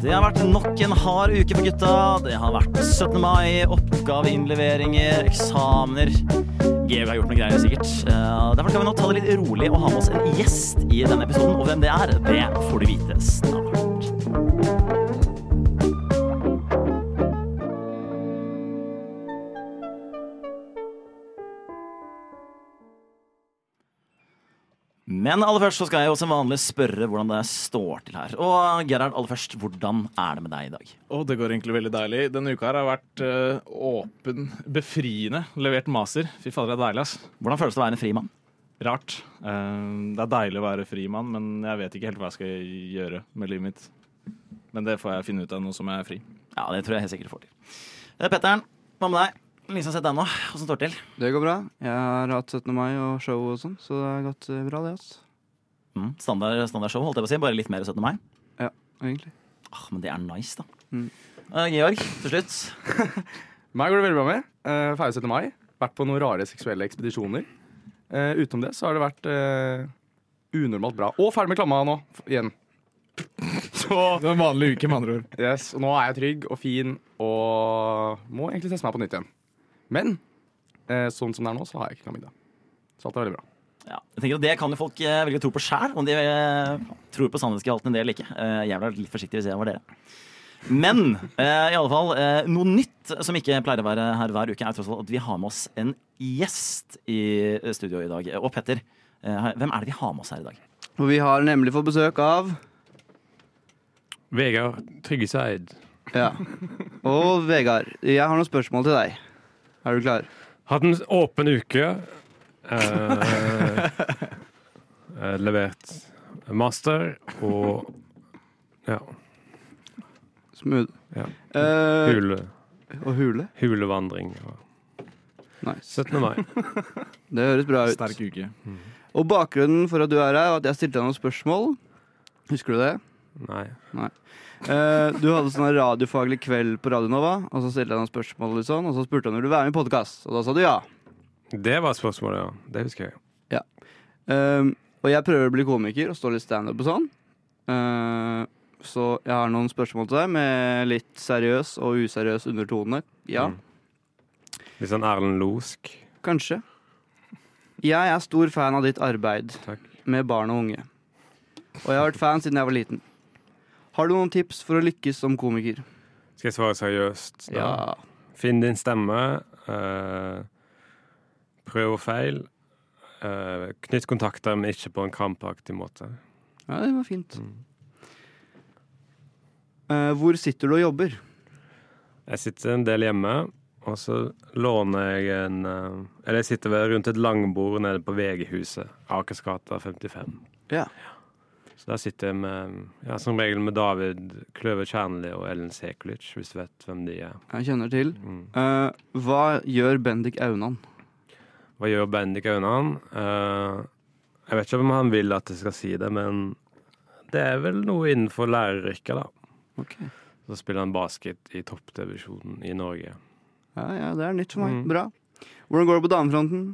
Det har vært nok en hard uke for gutta. Det har vært 17. mai, oppgaveinnleveringer, eksamener. Georg har gjort noe greier, sikkert. Eh, Derfor skal vi nå ta det litt rolig og ha med oss en gjest i denne episoden. Og hvem det er, det får du vite snart. Men aller først så skal jeg jo som vanlig spørre hvordan det står til her. Og Gerhard, aller først, hvordan er det med deg i dag? Å, det går egentlig veldig deilig. Denne uka her har vært eh, åpen, befriende. Levert maser. Fy fader, det er deilig, ass. Hvordan føles det å være en frimann? Rart. Eh, det er deilig å være frimann, men jeg vet ikke helt hva jeg skal gjøre med livet mitt. Men det får jeg finne ut av nå som jeg er fri. Ja, det tror jeg helt sikkert du får til. Eh, Petteren, hva med deg? Lise har sett deg nå. Åssen står det til? Det går bra. Jeg har hatt 17. mai og show og sånn, så det har gått eh, bra, det, ass. Mm, standard, standard show, holdt jeg på å si. Bare litt mer 17. mai. Ja, egentlig. Ah, men det er nice, da. Mm. Eh, Georg, til slutt. Meg går det veldig bra med. Uh, Ferdig 17. mai. Vært på noen rare seksuelle ekspedisjoner. Eh, utenom det så har det vært eh, unormalt bra. Og ferdig med klamma nå, f- igjen. Så Det var en vanlig uke, med andre ord. yes, og nå er jeg trygg og fin og må egentlig teste meg på nytt igjen. Men eh, sånn som det er nå, så har jeg ikke klamydia. Så alt er veldig bra. Ja, jeg tenker at Det kan jo folk eh, velge å tro på sjæl, om de eh, tror på sannhetsgehalten i det eller ikke. Eh, jeg ble litt forsiktig hvis jeg var dere. Men eh, i alle fall, eh, noe nytt som ikke pleier å være her hver uke, er tross alt at vi har med oss en gjest i eh, studio i dag. Og Petter, eh, hvem er det vi har med oss her i dag? Og vi har nemlig fått besøk av Vegard Tryggeseid. Ja. Og Vegard, jeg har noen spørsmål til deg. Er du klar? Hatt en åpen uke. Eh, eh, levert master og ja, Smooth. Ja. Eh, hule, og hule. hulevandring. og Nice. 17. mai. Det høres bra ut. Sterk uke. Og bakgrunnen for at du er her, var at jeg stilte deg noen spørsmål. Husker du det? Nei. Eh, du hadde sånn her radiofaglig kveld på Radio Nova, og så stilte jeg noen spørsmål, litt sånn, og så spurte han om du ville være med i podkast, og da sa du ja. Det var spørsmålet, ja. Det husker jeg. Ehm, og jeg prøver å bli komiker og stå litt standup og sånn. Ehm, så jeg har noen spørsmål til deg med litt seriøs og useriøs undertone. Ja, Mm. Litt sånn Erlend Losk. kanskje. Jeg er stor fan av ditt arbeid Takk. med barn og unge. Og jeg har vært fan siden jeg var liten. Har du noen tips for å lykkes som komiker? Skal jeg svare seriøst? da? Ja. Finn din stemme. eh, prøv og feil. eh, knytt kontakter, men ikke på en krampaktig måte. ja, det var fint. Mm. Eh, hvor sitter du og jobber? Jeg sitter en del hjemme, og så låner jeg en eh, Eller jeg sitter ved rundt et langbord nede på VG-huset, Akersgata 55. Ja. Så der sitter jeg med, ja, som regel med David Kløve Kjernli og Ellen Sekulic, hvis du vet hvem de er. Jeg kjenner til. Mm. Eh, hva gjør Bendik Aunan? Hva gjør Bendik Aunan? Eh, jeg vet ikke om han vil at jeg skal si det, men det er vel noe innenfor læreryrket, da. Okay. Så spiller han basket i toppdivisjonen i Norge. Ja, ja, det er nytt for meg. Mm. Bra. Hvordan går det på damefronten?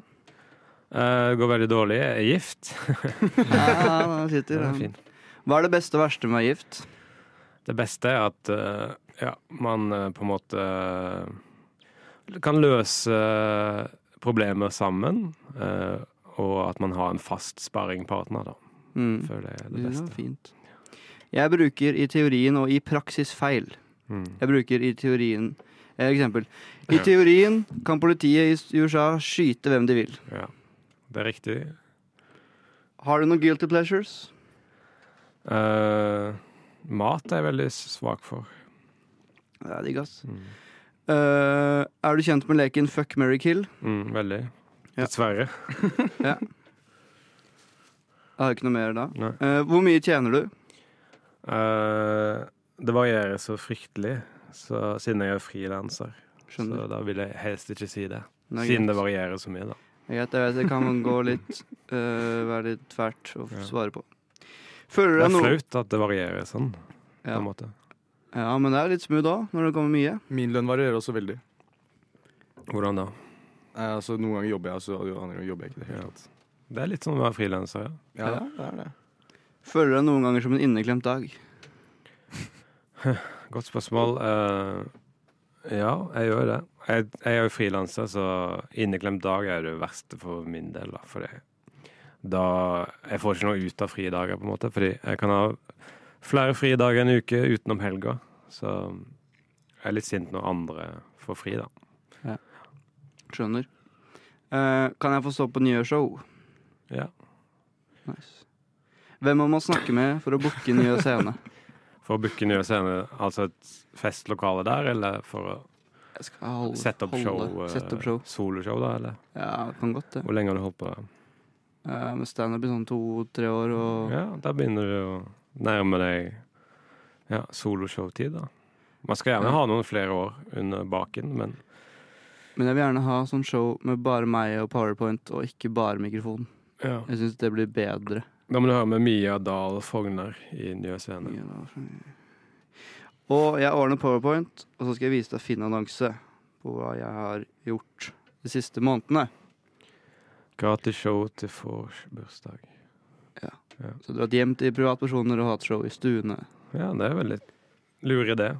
Eh, Det går veldig dårlig. Jeg er gift. Ja, ja, der Det sitter er den. fint. Hva er det beste og verste med å være gift? Det beste er at eh, ja, man eh, på en måte eh, kan løse eh, problemer sammen, eh, og at man har en fast sparringpartner, da. Mm. Føler jeg er det Det var beste. fint. Jeg bruker i teorien og i praksis feil. Mm. Jeg bruker i teorien eh, Eksempel. I Ja. teorien kan politiet i s- i USA skyte hvem de vil. Ja. Det er riktig. Har du noen guilty pleasures? Eh, mat er jeg veldig svak for. Det er digg, ass. Mm. Eh, er du kjent med leken fuck, marry, kill? Mm, veldig. Ja. Dessverre. Jeg har ikke noe mer da. Nei. Eh, hvor mye tjener du? Eh, det varierer så fryktelig, så, siden jeg er frilanser. Skjønner. Så da vil jeg helst ikke si det. Det er Siden greit. det varierer så mye, da. Jeg vet, jeg vet, det kan gå litt øh, Være litt fælt å Ja. svare på. Føler du Det deg er noe flaut at det varierer sånn. på ja. en måte. ja, men det er litt smooth òg, når det kommer mye. Min lønn varierer også veldig. Hvordan da? Eh, altså, noen ganger jobber jeg, så andre ganger jobber jeg ikke. i Det, hele Ja. tatt. Det er litt sånn å være frilanser, ja. ja, det er det. Føler du deg noen ganger som en inneklemt dag? Godt spørsmål. Eh, ja, jeg gjør jo det. Jeg, jeg er jo frilanser, så inneklemt dag er det verste for min del. Da, fordi da jeg får ikke noe ut av frie dager, på en måte. Fordi jeg kan ha flere frie dager en uke utenom helga. Så jeg er litt sint når andre får fri, da. Skjønner. Eh, kan jeg få stå på nye show? Ja. Nice. Hvem må man snakke med for å booke nye scene? For å booke nye scener, altså et festlokale der, eller for å Jeg skal holde, sette opp show? eh, Sette opp show. Soloshow, da, eller? Ja, kan godt det. Hvor lenge har du holdt på? Eh, Med standup i sånn to-tre år og Ja, da begynner du å nærme deg ja, soloshowtid, da. Man skal gjerne ha noen flere år under baken, men Men jeg vil gjerne ha sånn show med bare meg og powerpoint, og ikke bare mikrofon. Jeg syns det blir bedre. Da må du høre med Mia Dahl Fogner i Nye Scene. Og jeg ordner powerpoint, og så skal jeg vise deg fin annonse på hva jeg har gjort de siste månedene. Gratis show til vors bursdag. Så dratt hjem til privatpersoner og hatt show i stuene. Ja, det er veldig lur idé.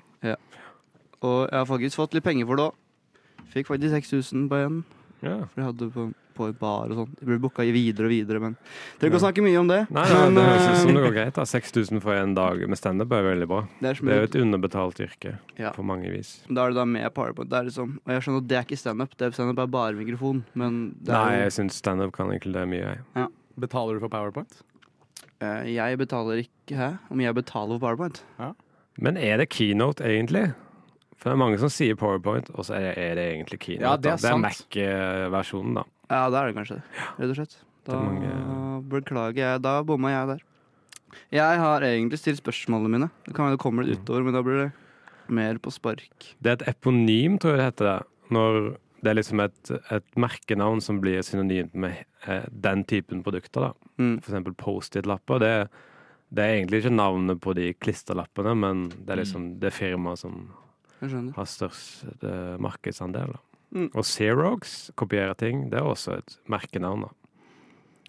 Og jeg har faktisk fått litt penger for det òg. Fikk faktisk 6000 på en, Ja. for jeg hadde på, på en bar og sånn. Jeg ble booka videre og videre, men trenger ikke å snakke mye om det. Nei, ja, det høres ut som men, det går greit. da 6000 for en dag med standup er veldig bra. eh, det er Det er jo smooth. et underbetalt yrke Ja. på mange vis. Da er det da med powerpoint. Det er liksom, og jeg skjønner at det er ikke standup, det er standup er bare mikrofon. Men det Nei, er, jeg syns standup kan inkludere mye, jeg. Betaler du for Powerpoint? eh, jeg betaler ikke Hæ? Om jeg betaler for powerpoint? Men er det keynote, egentlig? For det er mange som sier PowerPoint, og så er det, er det egentlig keynote. Ja, det er da. det er sant. Mac-versjonen, da. Ja, det er det kanskje. Rett og slett. Da er mange- beklager jeg. Da bomma jeg der. Jeg har egentlig stilt spørsmålene mine. Det kan være det kommer Mm. litt utover, men da blir det mer på spark. Det er et eponym, tror jeg det heter. det Når det er liksom et, et merkenavn som blir synonymt med eh, den typen produkter. da. Mm. For eksempel Post-It-lapper. Det, det er egentlig ikke navnet på de klisterlappene, men det er Mm. liksom det firmaet som Jeg skjønner. har størst eh, markedsandel. Da. Mm. Og Xerox kopierer ting. Det er også et merkenavn. da.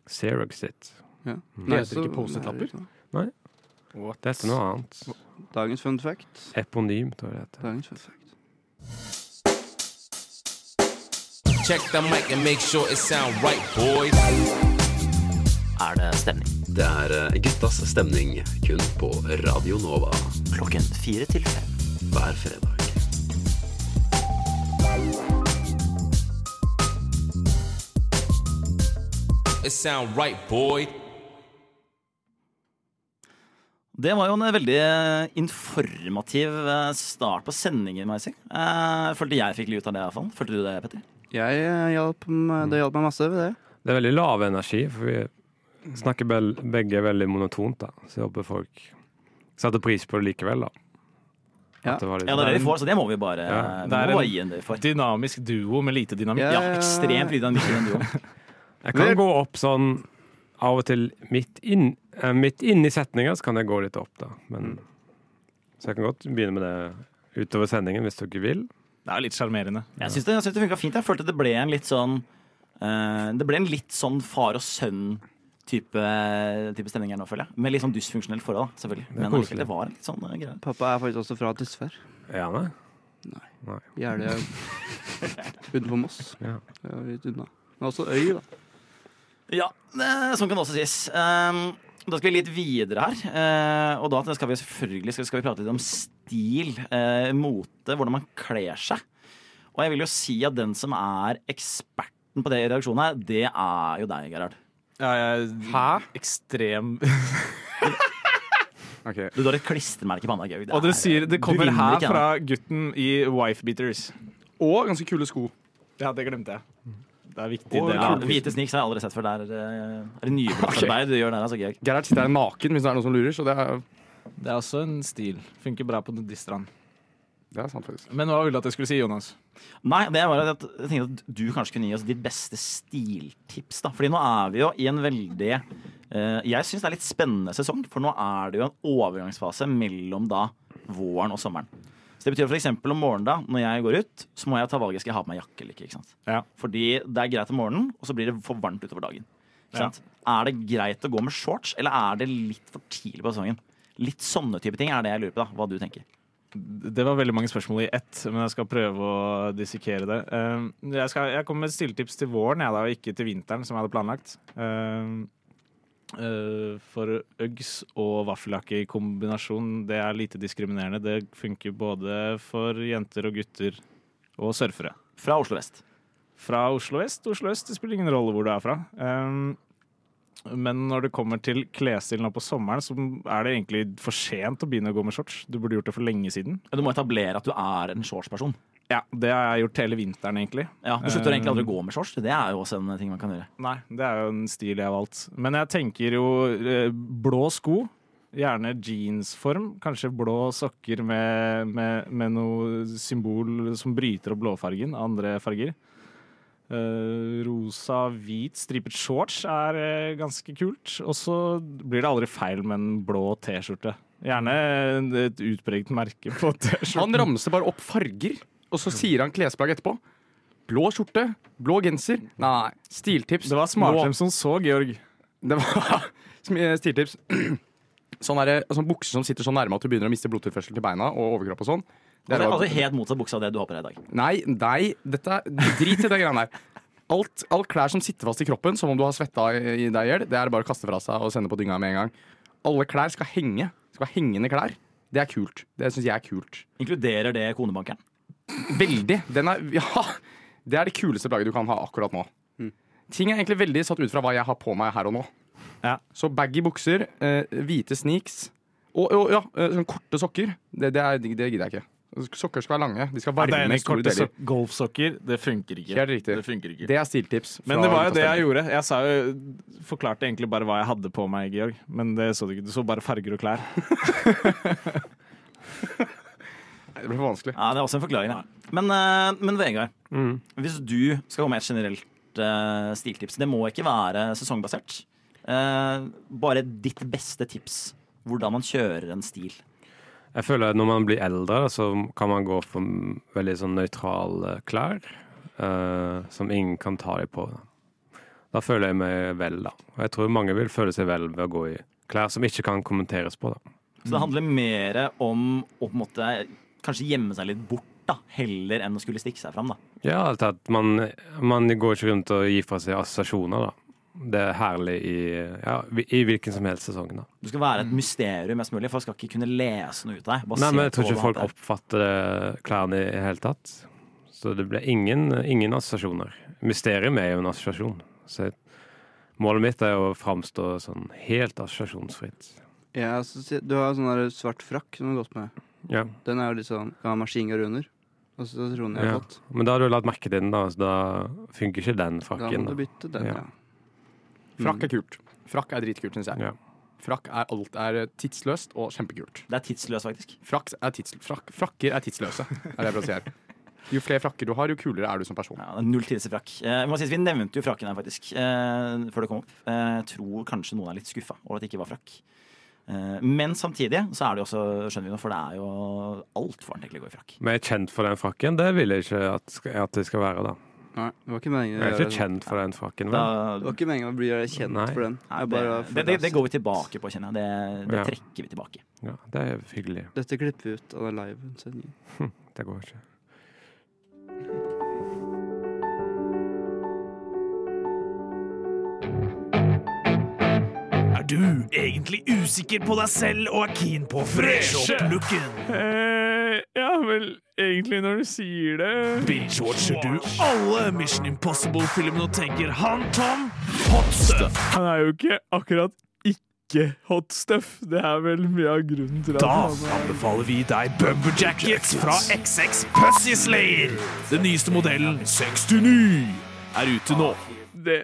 Xerox sitt. Ja. Mm. Nei, Heter det ikke så- Post-it-lapper? Nei, Det heter noe annet. Dagens fun fact. Eponym, tror jeg det heter. Dagens fun fact. Check the mic and make sure it sound right, boys. er det stemning. Det er eh, guttas stemning kun på Radio Nova Klokken fire til fem. hver fredag. It sound right, boy. Det var jo en veldig eh, informativ eh, start på sendingen, må jeg si. Eh, Følte jeg fikk litt ut av det, iallfall. Følte du det, Petter? Jeg eh, hjalp Mm. meg, det hjalp meg masse ved det. Det er veldig lav energi, for vi snakker bel- begge veldig monotont. da. Så jeg håper folk satte pris på det likevel, da. Ja. At det var litt- sånn. Ja, det er det vi får, så det må vi bare, Ja, vi det er må en- bare gi en det vi får. Dynamisk duo med lite dynamikk. Ja, ekstremt lite av Mikkel i den duoen. Jeg kan gå opp sånn av og til midt, inn, eh, midt inni setninga, så kan jeg gå litt opp, da. Mm. Men, så jeg kan godt begynne med det utover sendingen, hvis dere vil. Det er jo litt sjarmerende. Jeg syns det, jeg synes det funka fint. Jeg følte det ble en litt sånn eh, Det ble en litt sånn far og sønn-type type stemning her nå, føler jeg. Med litt sånn dysfunksjonelt forhold, da, selvfølgelig. Men koselig. allikevel, det var en litt sånn eh, greie. Pappa er faktisk også fra Tysvær. Er han det? Jeløya. Utenfor Moss. Ja. Det var Litt unna. Men også øy, da. Ja, eh, sånn kan det også sies. Um, da skal vi litt videre her. eh, og da skal vi selvfølgelig skal, skal vi prate litt om stil, eh, mote, hvordan man kler seg. Og jeg vil jo si at den som er eksperten på det i redaksjonen her, det er jo deg, Gerhard. Ja, jeg, Hæ? Ekstrem Ok. Du har et klistremerke på handa, Georg. Det Og dere er- sier det du kommer vinner her ikke, fra Anna. gutten i Wife Beaters. Og ganske kule sko. Ja, det glemte jeg. Det er viktig. Og det. ja, Hvite sniks har jeg aldri sett før. Det er, eh, er det nybrottsarbeid du gjør der, altså, Georg. Gerhard sitter her naken hvis det er noen som lurer, så det er, det er også en stil. Funker bra på nudistrand. det er sant, faktisk. Men hva ville du at jeg skulle si, Jonas? Nei, det var at jeg tenkte at du kanskje kunne gi oss ditt beste stiltips. da. Fordi nå er vi jo i en veldig eh, Jeg syns det er litt spennende sesong, for nå er det jo en overgangsfase mellom da våren og sommeren. Så det betyr f.eks. om morgenen, da, når jeg går ut, så må jeg ta valget skal jeg ha på meg jakke eller ikke. ikke sant? Ja. Fordi det er greit om morgenen, og så blir det for varmt utover dagen. Ikke Ja. sant? Er det greit å gå med shorts, eller er det litt for tidlig på sesongen? Litt sånne type ting er det jeg lurer på, da. Hva du tenker. Det var veldig mange spørsmål i ett, men jeg skal prøve å dissekere det. Um, Jeg, skal, jeg kommer med et stilltips til våren, jeg da, og ikke til vinteren, som jeg hadde planlagt. Um, uh, For Uggs og vaffeljakke i kombinasjon, det er lite diskriminerende. Det funker både for jenter og gutter og surfere. Fra Oslo vest. Fra Oslo vest til Oslo øst, det spiller ingen rolle hvor du er fra. Um, men når det kommer til klesstilen nå på sommeren, så er det egentlig for sent å begynne å gå med shorts. Du burde gjort det for lenge siden. Du må etablere at du er en shortsperson. Ja, det har jeg gjort hele vinteren, egentlig. Ja, du slutter Eh, egentlig aldri Ehm. å gå med shorts. Det er jo også en ting man kan gjøre. Nei, det er jo en stil jeg har valgt. Men jeg tenker jo eh, blå sko. Gjerne jeansform. Kanskje blå sokker med, med, med noe symbol som bryter opp blåfargen. Andre farger. Eh, rosa, hvit, stripet shorts er eh, ganske kult. Og så blir det aldri feil med en blå T-skjorte. Gjerne et utpreget merke på T-skjorten. Han ramser bare opp farger, og så sier han klesplagg etterpå. Blå skjorte, blå genser. Nei, stiltips. Det var smartere som så, Georg. Det var sm- eh, stiltips. Sånn er det, sånn bukser som sitter så nærme at du begynner å miste blodtilførsel til beina og overkropp og sånn. Det Altså, er bare- altså Helt motsatt buksa av det du har på deg i dag. Nei, nei, dette er drit i det greiene her. Alt, all klær som sitter fast i kroppen, som om du har svetta i i deg i hjel, det er det bare å kaste fra seg og sende på dynga med en gang. Alle klær skal henge. Skal være hengende klær. Det er kult. Det syns jeg er kult. Inkluderer det konebankeren? Veldig. Den er, ja, det er det kuleste plagget du kan ha akkurat nå. Mm. Ting er egentlig veldig satt ut fra hva jeg har på meg her og nå. Ja. Så baggy bukser, eh, hvite sneaks og, og ja, eh, sånne korte sokker. Det, det, er, det gidder jeg ikke. Sokker skal være lange. De skal Det er varme enig, i store korte deler. sok- golfsokker. Det funker ikke. Helt riktig. Det funker ikke. Det er stiltips. Men fra det var jo gutta det stemmer. jeg gjorde. Jeg sa jo, forklarte egentlig bare hva jeg hadde på meg, Georg. Men det så du ikke. Du så bare farger og klær. Det ble for vanskelig. Ja, Det er også en forklaring. Ja. Men, eh, men Vegard, Mm. hvis du skal komme med et generelt eh, stiltips Det må ikke være sesongbasert. Eh, bare ditt beste tips. Hvordan man kjører en stil. Jeg føler at når man blir eldre, da, så kan man gå for m- veldig sånn nøytrale klær eh, som ingen kan ta deg på. Da. da føler jeg meg vel, da. Og jeg tror mange vil føle seg vel ved å gå i klær som ikke kan kommenteres på. da. Så det handler mer om å på en måte kanskje gjemme seg litt bort, da, heller enn å skulle stikke seg fram. da. Ja, alt at man, man går ikke rundt og gir fra seg assosiasjoner, da. Det er herlig i, ja, i hvilken som helst sesong. da. Du skal være et mysterium mest mulig. Folk skal ikke kunne lese noe ut av deg. Mm. Nei, basert men jeg tror på ikke hva folk det er. oppfatter det, klærne i det hele tatt. Så det blir ingen, ingen assosiasjoner. Mysterium er jo en assosiasjon. Så jeg, målet mitt er å framstå sånn helt assosiasjonsfritt. Jeg synes- du har sånn der svart frakk som du har gått med. Ja. Den er jo litt sånn Kan ha maskingevær under. Og så tror jeg har ja. fått. Men da har du latt merke til den, da, så da funker ikke den Da må frakken. du Da. bytte den, Ja. ja. Mm. Frakk er kult. Frakk er dritkult, syns jeg. Ja. Frakk er alt er tidsløst og kjempekult. Det er tidsløst, faktisk. Frakk er tids, frakk, frakker er tidsløse, er det jeg prøver å si her. Jo flere frakker du har, jo kulere er du som person. Ja, det er null tidligere frakk. Eh, vi må si at vi nevnte jo frakken her, faktisk, eh, før det kom opp. Eh, jeg tror kanskje noen er litt skuffa over at det ikke var frakk. Eh, men samtidig så er det jo også, skjønner vi nå, for det er jo altfor varmt egentlig å gå i frakk. Men jeg er kjent for den frakken. Det vil jeg ikke at, sk- at jeg skal være, da. Nei, det var ikke meningen å Jeg er gjøre ikke sånn. kjent for den frakken. Da, vel? Det var ikke meningen å bli kjent Nei. for den. nei, Jeg det, bare det, det, det går følte vi tilbake på, kjenner jeg. Det, det Ja. trekker vi tilbake. Ja, det er hyggelig. at Dette klipper vi ut av den livesendingen. Det går ikke. Er du egentlig usikker på deg selv og er keen på å freshe opp looken? ja, vel, egentlig når du sier det Binge-watcher du alle Mission Impossible-filmene og tenker han Tom hot stuff. Han er jo ikke akkurat ikke hot stuff. Det er vel mye av grunnen til at Da anbefaler vi deg Bumper Jackets fra XX Pussy Slayer. Den nyeste modellen 69 er ute nå. det,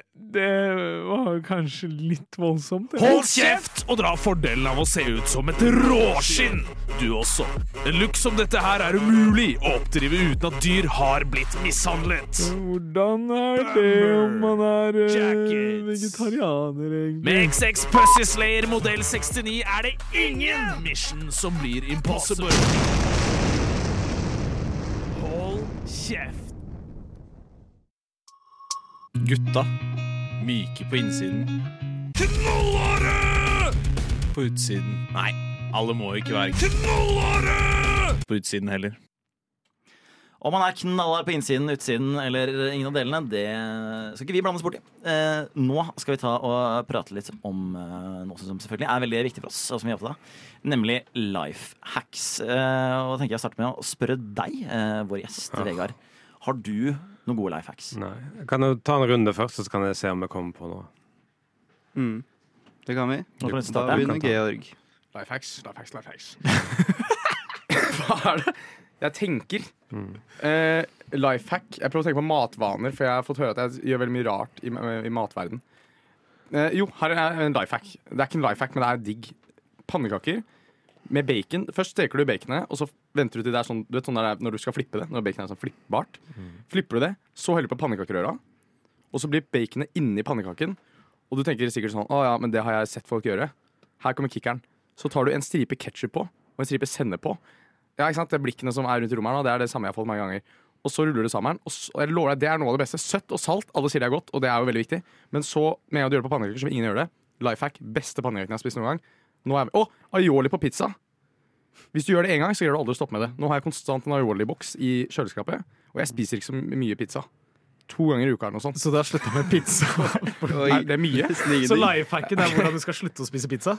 var kanskje litt voldsomt. Hold kjeft og dra fordelen av å se ut som et råskinn, du også. En look som dette her er umulig å oppdrive uten at dyr har blitt mishandlet. Hvordan er det om man eh, er Jackets. vegetarianer, egentlig? Med XX Pussy Slayer modell 69 er det ingen mission som blir impossible. Hold kjeft. Gutta. Myke på innsiden. Knollåre! På utsiden. Nei, alle må jo ikke være Knollåre! på utsiden heller. Om han er knallhard på innsiden, utsiden eller ingen av delene, det skal ikke vi blande oss borti. Eh, nå skal vi ta og prate litt om eh, noe som selvfølgelig er veldig viktig for oss, og som vi er opptatt av, nemlig life hacks. Eh, og da tenker jeg å starte med å spørre deg, eh, vår gjest Vegard. Har du noen gode life hacks? Nei. Kan du ta en runde først, så kan jeg se om jeg kommer på noe? Mm. Det kan vi. Nå kan vi Da starte. begynner Georg. Life hacks, life hacks, life hacks. Hva er det jeg tenker? Eh, life hack Jeg prøver å tenke på matvaner, for jeg har fått høre at jeg gjør veldig mye rart i, i matverden. Eh, jo, her er en life hack. Det er ikke en life hack, men det er digg. Pannekaker med bacon. Først steker du baconet, og så venter du til det er sånn, du vet, sånn der, når du skal flippe det. Når baconet er sånn flippbart. Flipper du det, så heller du på pannekakerøra, og så blir baconet inni pannekaken. Og du tenker sikkert sånn Å ja, men det har jeg sett folk gjøre. Her kommer kickeren så tar du en stripe ketsjup på og en stripe sennep på. Ja, ikke sant? Det er blikkene som er rundt i rommet her, nå, det er det samme jeg har fått mange ganger. Og så ruller du det sammen. Og s- og jeg lover deg, det er noe av det beste. Søtt og salt, alle sier det er godt, og det er jo veldig viktig. Men så, med en gang du gjør det på pannekaker, så vil ingen gjøre det. Life hack. Beste pannekakene jeg har spist noen gang. Nå er vi Å, aioli på pizza! Hvis du gjør det én gang, så greier du aldri å stoppe med det. Nå har jeg konstant en aioli-boks i kjøleskapet, og jeg spiser ikke så mye pizza. To ganger i uka eller noe sånt. Så du har slutta med pizza? Nei, det er mye. Så life hacken er hvordan du skal slutte å spise pizza?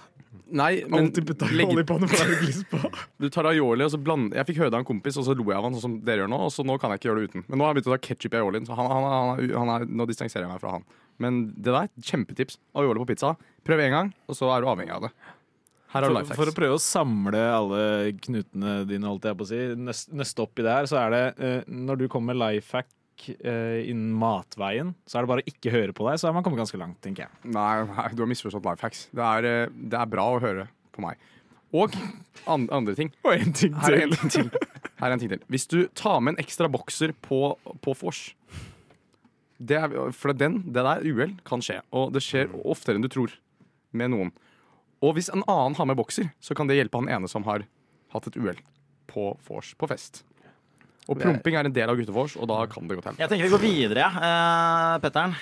Nei, men Alltid putte legge olje på den, for da er det gliss på. Du tar aioli, og så blander Jeg fikk høre det av en kompis, og så lo jeg av han, sånn som dere gjør nå. Og så nå kan jeg ikke gjøre det uten. Men nå har jeg begynt å ta ketsjup i aiolien, så han, han, han, er- han er, nå distanserer jeg meg fra han. Men det der, kjempetips. Aioli på pizza. Prøv én gang, og så er du avhengig av det. Her er For, life for å hacks. prøve å samle alle knutene dine, holdt jeg på å si, nøst- nøste oppi der, så er det eh, Når du kommer med life hack eh, innen matveien, så er det bare å ikke høre på deg, så er man kommet ganske langt, tenker jeg. Nei, nei, du har misforstått life hacks. Det er, eh, det er bra å høre på meg. Og an, andre ting. Og en ting Her er til. en ting til. Her er en ting til. Hvis du tar med en ekstra bokser på, på vors det er, For den, det der uhell kan skje, og det skjer oftere enn du tror med noen. Og hvis en annen har med bokser, så kan det hjelpe han ene som har hatt et uhell på vors på fest. Og promping er en del av guttevors, og da kan det godt hende. Jeg tenker vi går videre, eh, Petteren.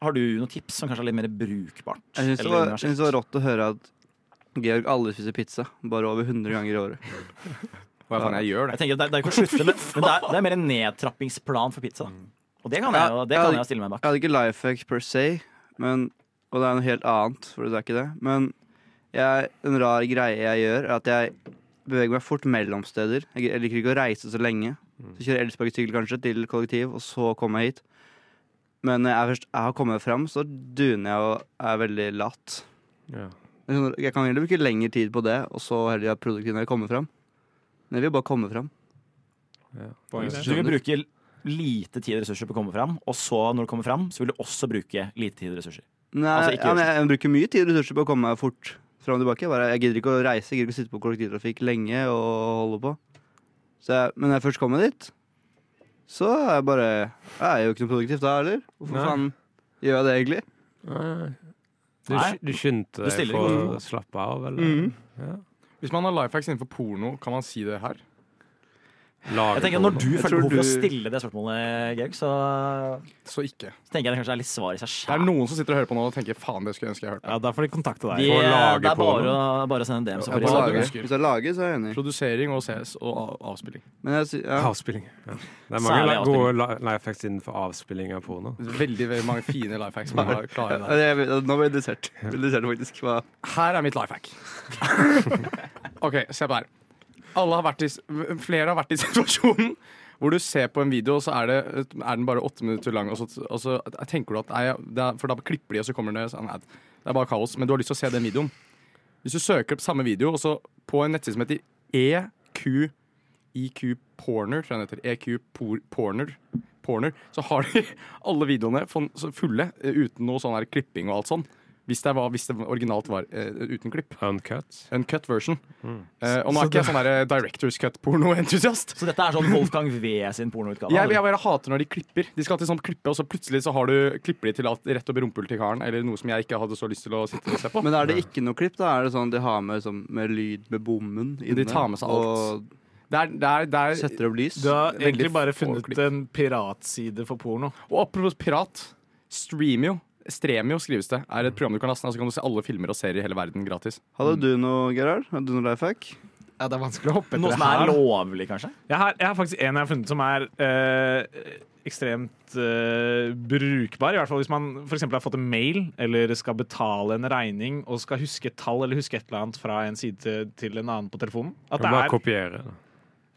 Har du noen tips som kanskje er litt mer brukbart? Jeg syns det, eller var- jeg universelt? synes det var rått å høre at Georg aldri spiser pizza. Bare over 100 ganger i året. Og jeg, faen, jeg gjør det. Jeg tenker at det, det er ikke å slutte, men, men det, er, det er mer en nedtrappingsplan for pizza. Mm. Da. Og det kan jeg jo det kan jeg jo stille meg bak. Jeg hadde ikke life hack per se, men, og det er noe helt annet, for det er ikke det. Men jeg, en rar greie jeg gjør, er at jeg beveger meg fort mellom steder. Jeg, jeg liker ikke å reise så lenge. Så kjører jeg elsparkesykkel kanskje til kollektiv, og så kommer jeg hit. Men når jeg først har kommet fram, så duner jeg og er veldig latt. Ja. Jeg skjønner- Jeg kan heller bruke lengre tid på det, og så heller være produktiv når jeg kommer fram. Men jeg vil bare komme fram. Du vil bruke lite tid og ressurser på å komme fram, og så når du kommer fram, så vil du også bruke lite tid og ressurser. Nei, Altså, ikke ja, gjør men jeg, jeg bruker mye tid og ressurser på å komme meg fort fram og tilbake. Jeg Bare, jeg gidder ikke å reise, jeg gidder ikke å sitte på kollektivtrafikk lenge og holde på. Så jeg, men når jeg først kommer dit, så er jeg bare Jeg er jo ikke noe produktivt da heller. Hvorfor Nei. faen gjør jeg det egentlig? Nei. Du, Nei. du skyndte Du deg stiller for ikke Mm. å slappe av, eller? Hvis man har life hacks innenfor porno, kan man si det her? Lage Jeg tenker at Når porno. du Jeg føler tror behov for å du- stille det spørsmålet, Georg, så, Så ikke. så tenker jeg det kanskje er litt svar i seg Det er sjæl. noen som sitter og hører på nå og tenker faen, det skulle jeg ønske jeg hørte. Ja, da får de kontakte De, deg. det får lage er på bare å, bare å sende en DM. Så får Ja, bare- de- du Lager. ønsker. Hvis jeg lager, så er jeg enig. Produsering og CS og av- avspilling. Men jeg, sy- ja, Avspilling. Ja. Det er mange Særlig la- gode life hacks innenfor avspilling av porno. Veldig, veldig mange fine life hacks. Man har- klarer det. ja, det- jeg, vet- nå ble jeg interessert. Jeg ble interessert faktisk. Hva? Her er mitt life hack. OK, se på det her. Alle har vært i, flere har vært i situasjonen hvor du ser på en video, og så er, det, er den bare åtte minutter lang. Og så, og så tenker du at nei, det er, For da klipper de, og så kommer det sånn, nei, Det er bare kaos. Men du har lyst til å se den videoen. Hvis du søker opp samme video, og så på en nettside som heter E EQ EQ Porner, tror jeg den heter. EQ por, Porner. Porner. Så har de alle videoene fon- så fulle, eh, uten noe sånn her klipping og alt sånn. Hvis det, var, hvis det originalt var eh, uten klipp. Uncut. Uncut version. Eh, og nå er ikke jeg sånn der, eh, directors cut-pornoentusiast. Så dette er sånn Wolfgang V sin pornoutgave? Jeg, jeg altså. bare hater når de klipper. De skal til sånn klippe, og så plutselig så har du, klipper de til alt rett opp i rumpehullet til karen, eller noe som jeg ikke hadde så lyst til å sitte og se på. Men er det ikke noe klipp, da? Er det sånn de har med, liksom, med lyd med bommen inne? De tar med seg alt. Og Det er, det er, det er, setter opp lys? Du har Veldig egentlig bare få funnet klipp. en piratside for porno. og apropos pirat, Streamio, Stremio skrives det, er et program du kan laste ned, og så kan du se alle filmer og serier i hele verden gratis. Hadde du noe, Gerhard? Hadde du noe life hack? Ja, det er vanskelig å hoppe etter Noe som er lovlig, kanskje? Jeg har, jeg har faktisk en jeg har funnet som er eh, ekstremt eh, brukbar. I hvert fall hvis man f.eks. har fått en mail eller skal betale en regning og skal huske et tall eller huske et eller annet fra en side til, til en annen på telefonen. At Kan det bare er, kopiere. da.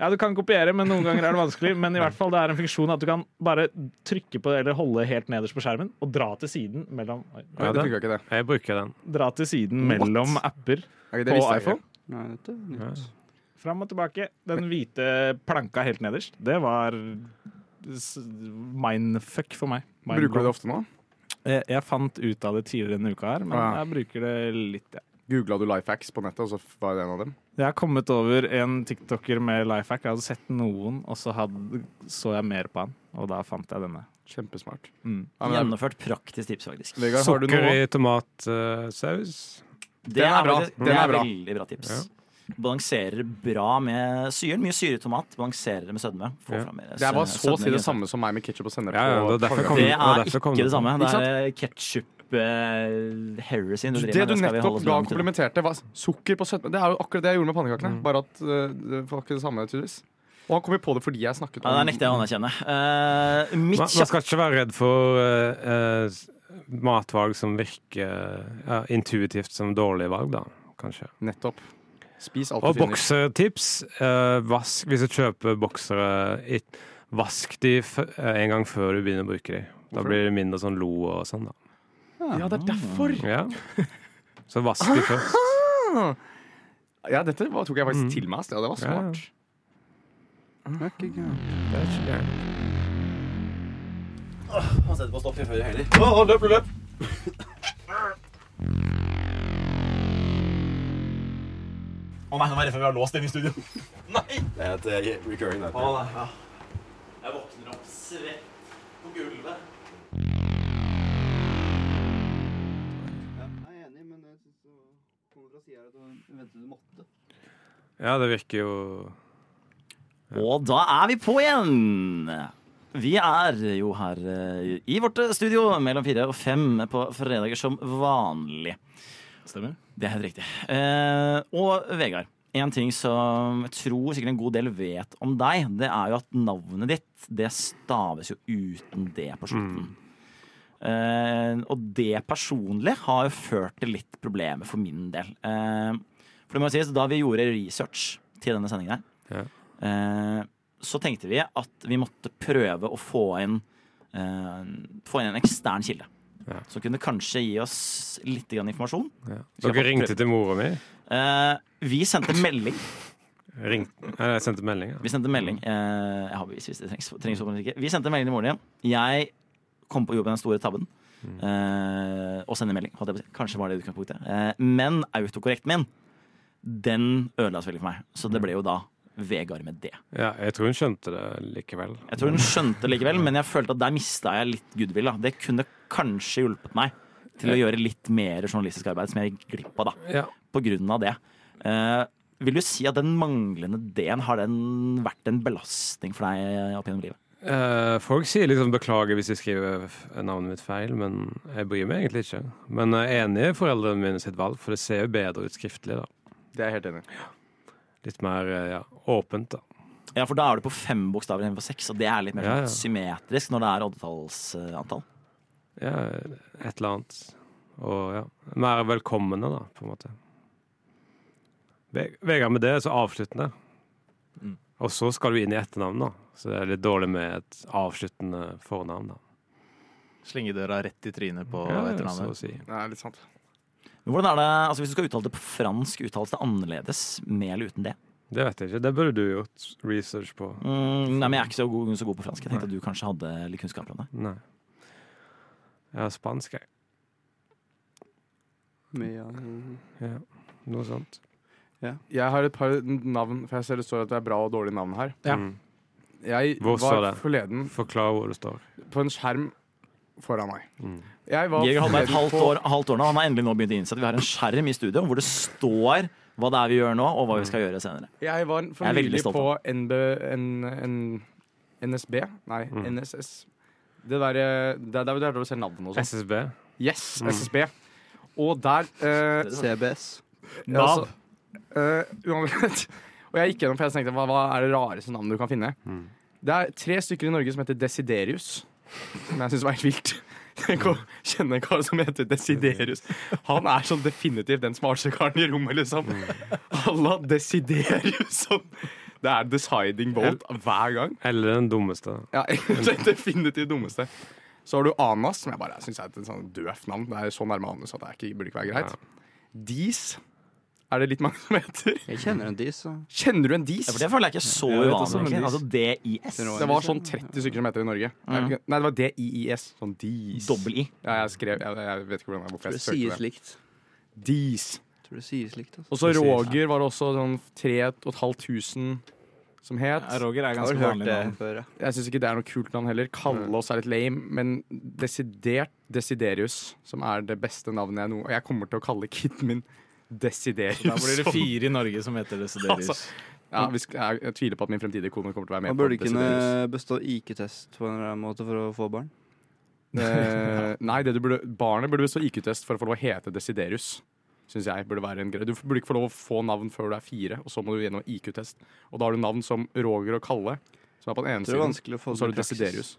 ja, du kan kopiere, men noen ganger er det vanskelig. Men i hvert fall det er en funksjon at du kan bare trykke på eller holde helt nederst på skjermen og dra til siden mellom, oi, Ja, det den- funka ikke, det. Jeg bruker den. dra til siden mellom apper Ok, det på visste jeg ikke. iPhone. Nei, dette er nytt. Fram og tilbake. Den hvite planka helt nederst. Det var s- mindfuck for meg. Bruker du det ofte nå? Jeg, jeg fant ut av det tidligere denne uka, her, men Ja. jeg bruker det litt. Ja. Googla du life hacks på nettet, og så var det en av dem? Jeg har kommet over en tiktoker med life hack. Jeg hadde sett noen, og så hadde, så jeg mer på han. Og da fant jeg denne. Kjempesmart. Mm. Ja, men, Gjennomført praktisk tips, faktisk. Vegard, har du Sukker noe? i tomatsaus. Det Den er bra. faktisk- Den det er er bra. veldig bra tips. Balanserer bra med syren. Mye syretomat. Balanserer det med sødme. Få Ja. fram mer Det er bare sø- så å si sødme i det grønnsaker. samme som meg med ketsjup og sennep. Ja, ja, og det er derfor farger. kom Det og er derfor kom ikke det samme. Ikke Det sant? er eh, ketsjup-heracyen du driver med. det du Det skal vi holde nettopp oss ga langt unna. komplementerte, var sukker på sødme. Det er jo akkurat det jeg gjorde med pannekakene. Mm. Bare at eh, det var ikke det samme, tydeligvis. Og han kom jo på det fordi jeg snakket Ja, det nekter jeg å anerkjenne. Eh, mitt Man, man kjappe skal ikke være redd for eh, eh, s- matvalg som virker ja, intuitivt som dårlige valg, da, kanskje. Nettopp. Spis alt Og du finner. boksertips. eh, vask, hvis du kjøper boksere, it, vask de f eh, en gang før du begynner å bruke de. Da Hvorfor? blir det mindre sånn lo og sånn, da. Ja, det er derfor! Ja. Så vask de først. Ja, dette var- tok jeg faktisk til meg. ass. Ja, det var Mm. Ja, ja. smart. Det er ikke gærent. Det er ikke gærent. Man setter på stopp før det heller. Å, løp, løp! Å nei, nå er jeg redd for vi har låst den i studio. nei! Det er et recurring der. Å nei, ja. eh, Jeg våkner opp svett på gulvet. Jeg er enig, men jeg synes så- Konrad sier at hun ventet du måtte. Ja, det virker jo Og da er vi på igjen! Vi er jo her eh, i vårt studio mellom fire og fem på fredager som vanlig. Stemmer? Det er helt riktig. Eh, og Vegard, en ting som jeg tror sikkert en god del vet om deg, det er jo at navnet ditt det staves jo uten det på slutten. Eh, og det personlig har jo ført til litt problemer for min del. Eh, for det må jo sies, da vi gjorde research til denne sendingen her, eh, så tenkte vi at vi måtte prøve å få inn, eh, få inn en ekstern kilde. Ja. Som kunne kanskje gi oss litt grann informasjon. ja. Skal jeg Dere få ringte til mora mi. Eh, vi sendte melding. Ring, eller jeg sendte melding. Vi Ja. sendte melding. Eh, jeg har bevis hvis det trengs. trengs åpenbart ikke. Vi sendte melding i morgen igjen. Jeg kom på å gjøre på den store tabben. Eh, og sende melding. holdt jeg på å si. Kanskje var det utgangspunktet. Eh, men autokorrekten min, den ødela selvfølgelig for meg. Så det ble jo da Vegard med det. ja, jeg tror hun skjønte det likevel. Jeg tror hun skjønte likevel, men jeg følte at der mista jeg litt goodwill. Da. Det kunne kanskje hjulpet meg til å gjøre litt mer journalistisk arbeid som jeg gikk glipp av, da. Ja. på grunn av det. Eh, vil du si at den manglende D-en har den vært en belastning for deg opp gjennom livet? Eh, folk sier liksom 'beklager hvis jeg skriver f- navnet mitt feil', men jeg bryr meg egentlig ikke. Men jeg er enig i foreldrene mine sitt valg, for det ser jo bedre ut skriftlig. da. Det er jeg helt enig i. Litt mer eh, ja, åpent, da. Ja, for da er du på fem bokstaver istedenfor seks, og det er litt mer Ja, sånn ja. symmetrisk når det er oddetallsantall. Ja, et eller annet. Og ja, mer velkommende, da, på en måte. Ve- Vegard, med det er så avsluttende. Og så skal du inn i etternavn, da. Så det er litt dårlig med et avsluttende fornavn, da. Slenge døra rett i trynet på Ja, så å etternavnet. si. Det er litt sant. Men hvordan er det, altså Hvis du skal uttale det på fransk, uttales det annerledes med eller uten det? Det vet jeg ikke. Det burde du gjort research på. Mm, nei, men Jeg er ikke så god, så god på fransk. Jeg tenkte at du kanskje hadde litt kunnskap om det. Nei. Jeg har spansk, jeg. Mye av Ja, noe sånt. Jeg har et par navn, for jeg ser det står at det er bra og dårlige navn her. Ja. Mm. Jeg Hvor står var det? forleden Forklar hvor det står. på en skjerm foran meg. Mm. Jeg var Georg Holm er et forleden halvt på- år, halvt år nå. Han har endelig nå begynt å innse at vi har en skjerm i studio hvor det står hva det er vi gjør nå, og hva vi skal gjøre senere. Jeg var for Jeg er veldig nylig stolt på NB, N, N, NSB. Nei, Mm. NSS. Det der, eh, det er der du hører å se navnet og sånn. SSB. Yes, Mm. SSB. Og der eh, CBS. Nav. altså, eh, uansett. Og jeg gikk gjennom, for jeg tenkte, hva, hva er det rareste navnet du kan finne? Det er tre stykker i Norge som heter Desiderius, som jeg syns var helt vilt. Tenk å kjenne en kar som heter Desiderius. Han er sånn definitivt den smarteste karen i rommet, liksom. Alla Desiderius. Sånn. Det er deciding vote hver gang. Eller den dummeste. Ja, det er definitivt dummeste. Så har du Anas, som jeg bare syns er et sånn døvt navn. Det er så nærme Anus at det er ikke, burde ikke være greit. Dis er det litt mange som heter. Jeg kjenner en dis. Så. Kjenner du en dis? For det føler jeg ikke er så Jeg vet også, uvanlig. men egentlig. de- Altså DIS. Det var sånn 30 stykker som heter det i Norge. Nei, det var DIIS. Sånn dis. Dobbel I. Ja, jeg skrev jeg, jeg vet ikke hvordan jeg, hvorfor Tror jeg det sies søkte det. likt. Dis. Tror det sies likt altså. Og så Roger var det også sånn 3500 som het. Ja, Roger er Jeg har ganske hørt vanlig det navn. før. ja. Jeg syns ikke det er noe kult navn heller. Kalle oss er litt lame, men desidert Desiderius, som er det beste navnet jeg noe Og jeg kommer til å kalle kiden min Desiderius. Da blir det fire i Norge som heter Desiderius. Altså. Ja, hvis, jeg, jeg tviler på at min fremtidige kone kommer til å være med Man burde på Desiderius. kunne bestå IQ-test på en eller annen måte for å få barn. Eh, Nei, det du burde, barnet burde bestå IQ-test for å få lov å hete Desiderius. Synes jeg burde være en greie. Du burde ikke få lov å få navn før du er fire, og så må du gjennom IQ-test. Og da har du navn som Roger og Kalle, som er på den Jeg ene tror det er siden, vanskelig å få og så i har du praksis. Desiderius.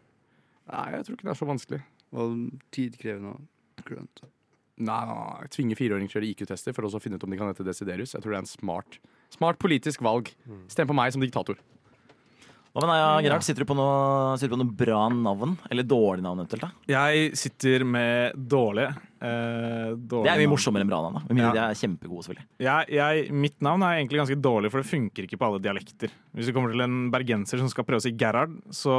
Nei, jeg tror ikke det er så vanskelig. Og tidkrevende og klønt. Nei, nei, nei. tvinge fireåringer til å gjøre IQ-tester for å så finne ut om de kan hete Desiderius. Jeg tror det er en smart, smart politisk valg. Mm. Stem på meg som diktator. Hva Mm, med deg, ja, Gerhard? Sitter du på noe, sitter du på noe bra navn? Eller dårlig navn, eventuelt? da? Jeg sitter med dårlige. Eh, dårlige Det er mye navn. morsommere enn bra navn. da. Med Ja. mindre de er kjempegode, selvfølgelig. Jeg, jeg, mitt navn er egentlig ganske dårlig, for det funker ikke på alle dialekter. Hvis det kommer til en bergenser som skal prøve å si Gerhard, så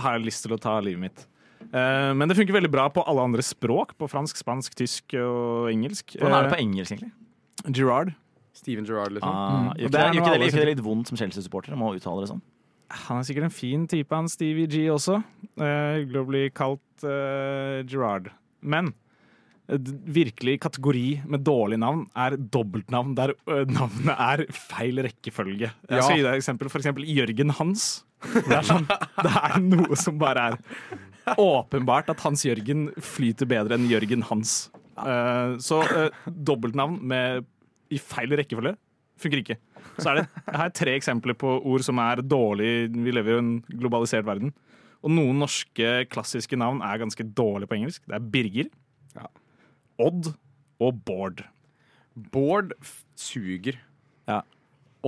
har jeg lyst til å ta livet mitt. Eh, men det funker veldig bra på alle andre språk. På fransk, spansk, tysk og engelsk. Hvordan er det på engelsk, egentlig? Eh, Gerard. Steven Gerrard, liksom. Ah, Gjør Mm. Og ikke det det, er gjør noe ikke det, alle gjør ikke det litt vondt som Chelsea-supporter om å uttale det sånn? Han er sikkert en fin type, han Stevie G også. Eh, hyggelig å bli kalt eh, Gerard. Men eh, d- virkelig kategori med dårlig navn er dobbeltnavn der eh, navnet er feil rekkefølge. Jeg skal Ja. gi deg et eksempel. For eksempel Jørgen Hans. Det er, sånn, det er noe som bare er åpenbart at Hans Jørgen flyter bedre enn Jørgen Hans. Eh, så eh, dobbeltnavn med, i feil rekkefølge funker ikke. Så er det, jeg har tre eksempler på ord som er dårlig. Vi lever jo i en globalisert verden. Og noen norske klassiske navn er ganske dårlige på engelsk. Det er Birger, Ja. Odd og Bård. Bård f- suger. Ja.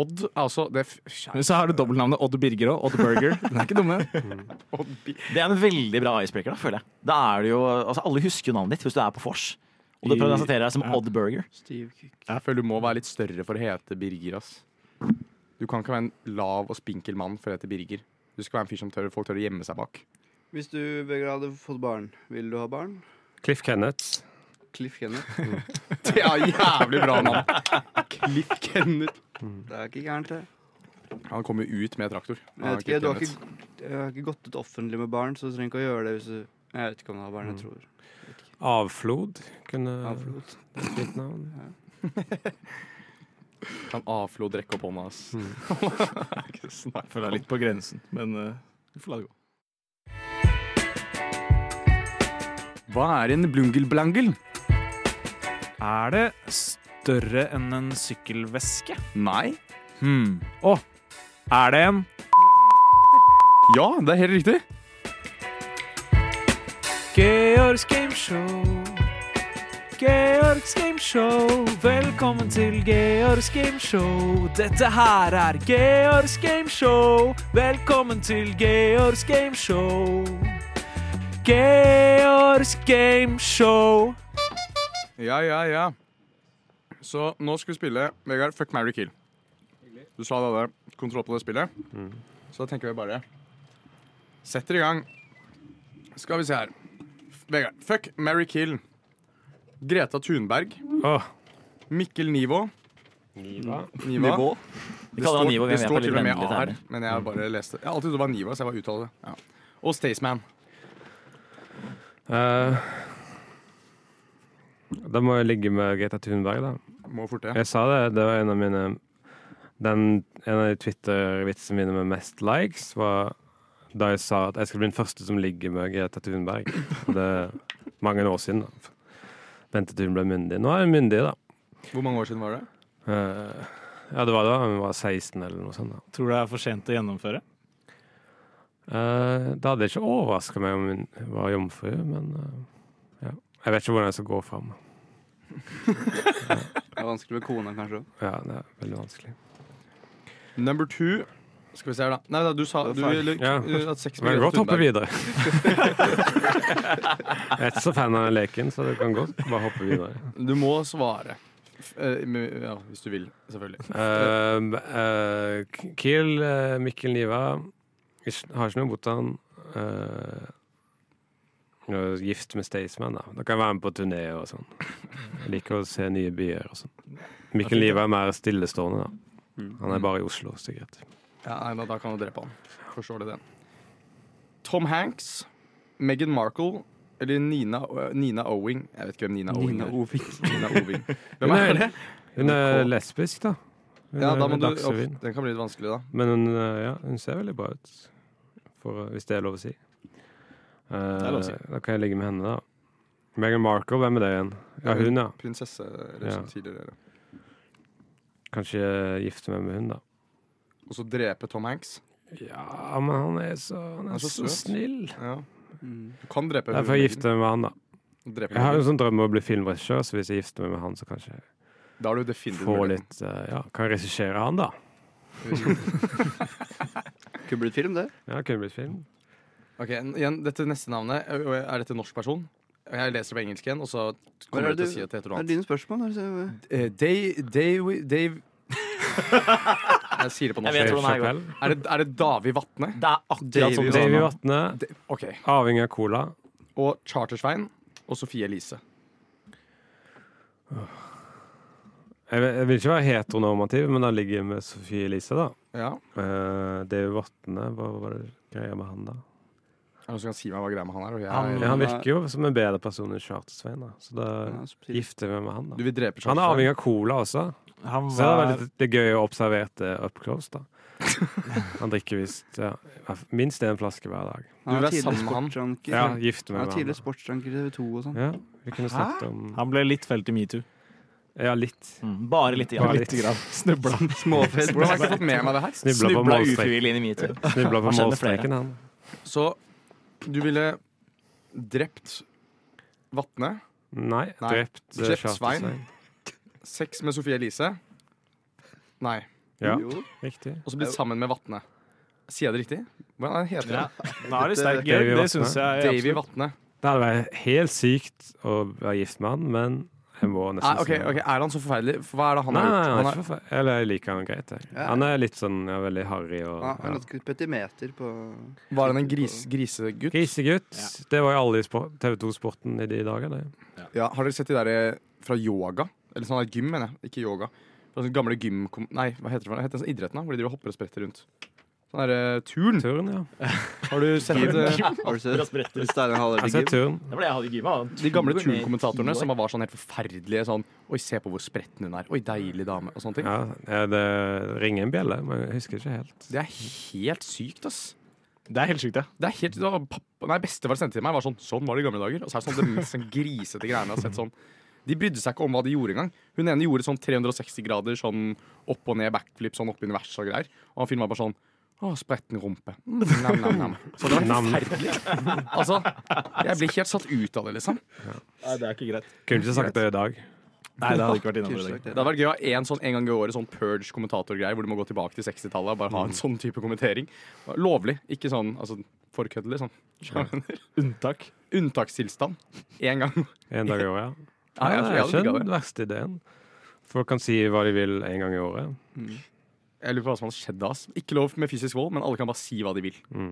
Odd, altså det f Men så har du dobbeltnavnet Odd Birger og Odd Burger. Den er ikke dumme. Det er en veldig bra icebreaker, da, føler jeg. Da er det jo, altså Alle husker jo navnet ditt hvis du er på vors. Og du prøver å presentere deg som Odd Burger. Stiv kukk. Jeg føler du må være litt større for å hete Birger, ass. Du kan ikke være en lav og spinkel mann for å hete Birger. Du skal være en fyr som tør, folk tør å gjemme seg bak. Hvis du Vegard, hadde fått barn, vil du ha barn? Cliff Kenneth. Cliff Kenneth. Det er jævlig bra navn. Cliff Kenneth. Mm. Det er ikke gærent, det. Han kommer jo ut med traktor. Men jeg vet Ja, ikke, du har Cliff ikke, jeg har ikke gått ut offentlig med barn, så du trenger ikke å gjøre det hvis du Jeg vet ikke om du har barn, jeg tror. Avflod kunne Avflod. Fint navn. Kenneth. Kan avflod rekke opp hånda, ass. Mm. Ikke snakk. For det er litt på grensen, men eh, vi får la det gå. Hva er en blungelblangel? Er det større enn en sykkelveske? Nei. Hmm. Å, er det en Ja, det er helt riktig. Georgs gameshow. Georgs gameshow. Velkommen til Georgs gameshow. Dette her er Georgs gameshow. Velkommen til Georgs gameshow. Georgs gameshow. Ja, ja, ja. Så nå skal vi spille Vegard Fuck Marry Kill. Du sa du hadde kontroll på det spillet. Så da tenker vi bare Setter i gang. Skal vi se her. F- Vegard Fuck Marry Kill. Greta Thunberg. Åh. Mikkel Nivo. Niva. Niva. Vi Det kaller står, han Nivo. det vi er står på litt Mm. til og med vennlige AR, termer. men jeg bare leste Jeg har alltid trodd det var Niva, så jeg bare uttalte det. Ja. Og Staysman. Eh, da må jeg ligge med Greta Thunberg, da. Må forte. Jeg sa det, det var en av mine den, En av de Twitter-vitsene mine med mest likes var da jeg sa at jeg skal bli den første som ligger med Greta Thunberg. Og Det er mange år siden. da. Ventet til hun ble myndig. Nå er hun myndig, da. Hvor mange år siden var det? Eh, Ja, det var da hun var 16 eller noe sånt. da. Tror du det er for sent å gjennomføre? Eh, det hadde ikke overraska meg om hun var jomfru, men eh, ja. Jeg vet ikke hvordan jeg skal gå fram. Det er vanskelig med kona, kanskje. Ja, det er veldig vanskelig. Number two. Skal vi se her, da. Nei da, du sa du ville Ja. eh, at sex Men godt hoppe videre. jeg er ikke så fan av den leken, så du kan godt bare hoppe videre. Du må svare. F- eh, men- Ja, hvis du vil, selvfølgelig. Ehm, eh, K- Kiel, eh, Mikkel Niva Ikke- Har ikke noe mot han Eh, og Gift med Staysman da Da kan jeg være med på turné og sånn Jeg liker å se nye byer og sånn Mikkel Niva er mer stillestående da Mm. Han er bare i Oslo, sikkert Ja, nei, da, da kan du drepe han. Forstår du den? Tom Hanks, Meghan Markle eller Nina, eh, Nina Owing. Jeg vet ikke hvem Nina Owing Nina er. Ovik. Nina Owing. Hvem er det? Hun er lesbisk da Hun Ja, er da må du, Dagsrevyen. Uff, den kan bli litt vanskelig, da. Men hun, eh, ja, hun ser veldig bra ut, for, hvis det er lov å si. Eh, lov å si. Da kan jeg ligge med henne, da. Meghan Markle, hvem er det igjen? Ja, hun, ja. Prinsesse eller Ja. som tidligere. Kanskje gifte meg med hun, da. Og så drepe Tom Hanks. Ja, men han er så, han Han er er så så, søt. snill. Ja. Du kan drepe Derfor jeg gifter meg med han, da. Og drepe Jeg har jo Meghan. en sånn drøm om å bli filmregissør, så hvis jeg gifter meg med han, så kanskje jeg Da har du definitivt får muligheten. litt eh, Ja, kan jeg regissere han, da? Kunne blitt film, det. Ja, kunne blitt film. Ok, n- igjen, Dette neste navnet, ø- ø- er dette norsk person? Jeg leser på engelsk igjen, og så Hva kommer er jeg til det- å si at det heter Det noe er annet. dine spørsmål. altså. Er det, Eh, Dave, Dave, Dave Jeg sier det på Jeg norsk. vet hvordan det her går. Chappelle. Er det, er det David Vatne? Det er akkurat Davy sånn du sa Davy det. Vatne, Det- Ok. avhengig av cola. Og Chartersvein og Sofie Elise. Jeg vil, jeg vil ikke være heteronormativ, men da ligger jeg med Sofie Elise, da. Ja. Eh, det er jo Vatne, hva var det greia med han, da? Er det noen som kan si meg hva greia med han er? Og Ja, jeg, han er- virker jo som en bedre person enn Charter-Svein, da. Så da Ja, så- gifter vi meg med han, du da. vil drepe Han er Chartersvein? avhengig av cola også, Han så det er var, veldig det er gøy å observere det up close, da. Han drikker visst ja, minst én flaske hver dag. Du vil Han være er tidligere sammen med han. sportsanker. Ja, gifter Han meg er med tidligere han. sportsanker i TV 2 og sånn. da. Ja, vi kunne snakket om han ble litt felt i metoo. Ja, litt. Mm, Bare litt. Bare Ja. litt. Lite grann. Snubla. Småfett. Hvordan har jeg ikke fått med meg det her? Snubla på Snubla målstreken, ufrivillig inn i metoo. snubla på Han kjenner flere. målstreken han. Så du ville drept Vatne, Nei, Nei. drept eh, Drept Svein. Charter-Svein. sex med Sofie Elise Nei. Ja, Jo. riktig. Og så blitt sammen med Vatne. Sier jeg det riktig? Hvordan heter det? Ja. Nå er du sterk, Davy Geir. Det Vatne. syns jeg. Davy absolutt. Vatne. Det hadde vært helt sykt å være gift med han, men jeg må Er, nesten Ah, ok, ok, er han så forferdelig? For hva er det han Nei, har gjort? nei, nei, Han ikke er, for fa- Eller jeg liker han greit. Jeg. Ja. Han er litt sånn ja, veldig harry og Han har ja. gått petimeter på var han en gris, grisegutt? Grisegutt. Det var jo alle i TV 2-sporten i de dager, det. Ja, har dere sett de der eh, fra yoga? Eller sånn der gym, mener jeg. Ikke yoga. Fra sånne gamle gym... Nei, hva heter det for noe? Hva heter den sånn idretten da? Hvor de driver og hopper og spretter rundt. Sånn der eh, turn. Turn, ja. Har du sett eh, Har du Det sett var Steinar Jeg har Hallerby? sett turn. det jeg hadde i gamet. de gamle turnkommentatorene som var sånn helt forferdelige sånn Oi, se på hvor spretten hun er. Oi, deilig dame. Og sånne ting. Ja, ja, det ringer en bjelle, men jeg husker ikke helt. Det er helt sykt, ass. Det er helt sjukt, ja. Det er helt, det var pappa, nei, Bestefar sendte til meg var sånn Sånn var det i gamle dager. Og så er det sånn det mest sånn grisete greiene jeg har sett. sånn De brydde seg ikke om hva de gjorde engang. Hun ene gjorde sånn 360 grader sånn opp og ned backflip sånn opp i universet og greier. Og han fyren var bare sånn Å, spretten rumpe. Mm, nam, nam, nam. Så det var Nam. forferdelig. Altså, jeg blir helt satt ut av det, liksom. Nei, det er ikke greit. Kunne ikke sagt det i dag. Nei, det hadde ikke vært innafor i dag. Det hadde vært gøy å ha en sånn en gang i året sånn purge-kommentatorgreie hvor du må gå tilbake til 60-tallet og bare ha en sånn type kommentering. Lovlig, ikke sånn altså, for kødd, liksom. Unntak. Unntakstilstand. Én gang. En dag i året, ja. Ja, jeg tror jeg hadde det er digga ikke det. den verste ideen. Folk kan si hva de vil en gang i året. Jeg lurer på hva som hadde skjedd da. ass. Ikke lov med fysisk vold, men alle kan bare si hva de vil. Mm.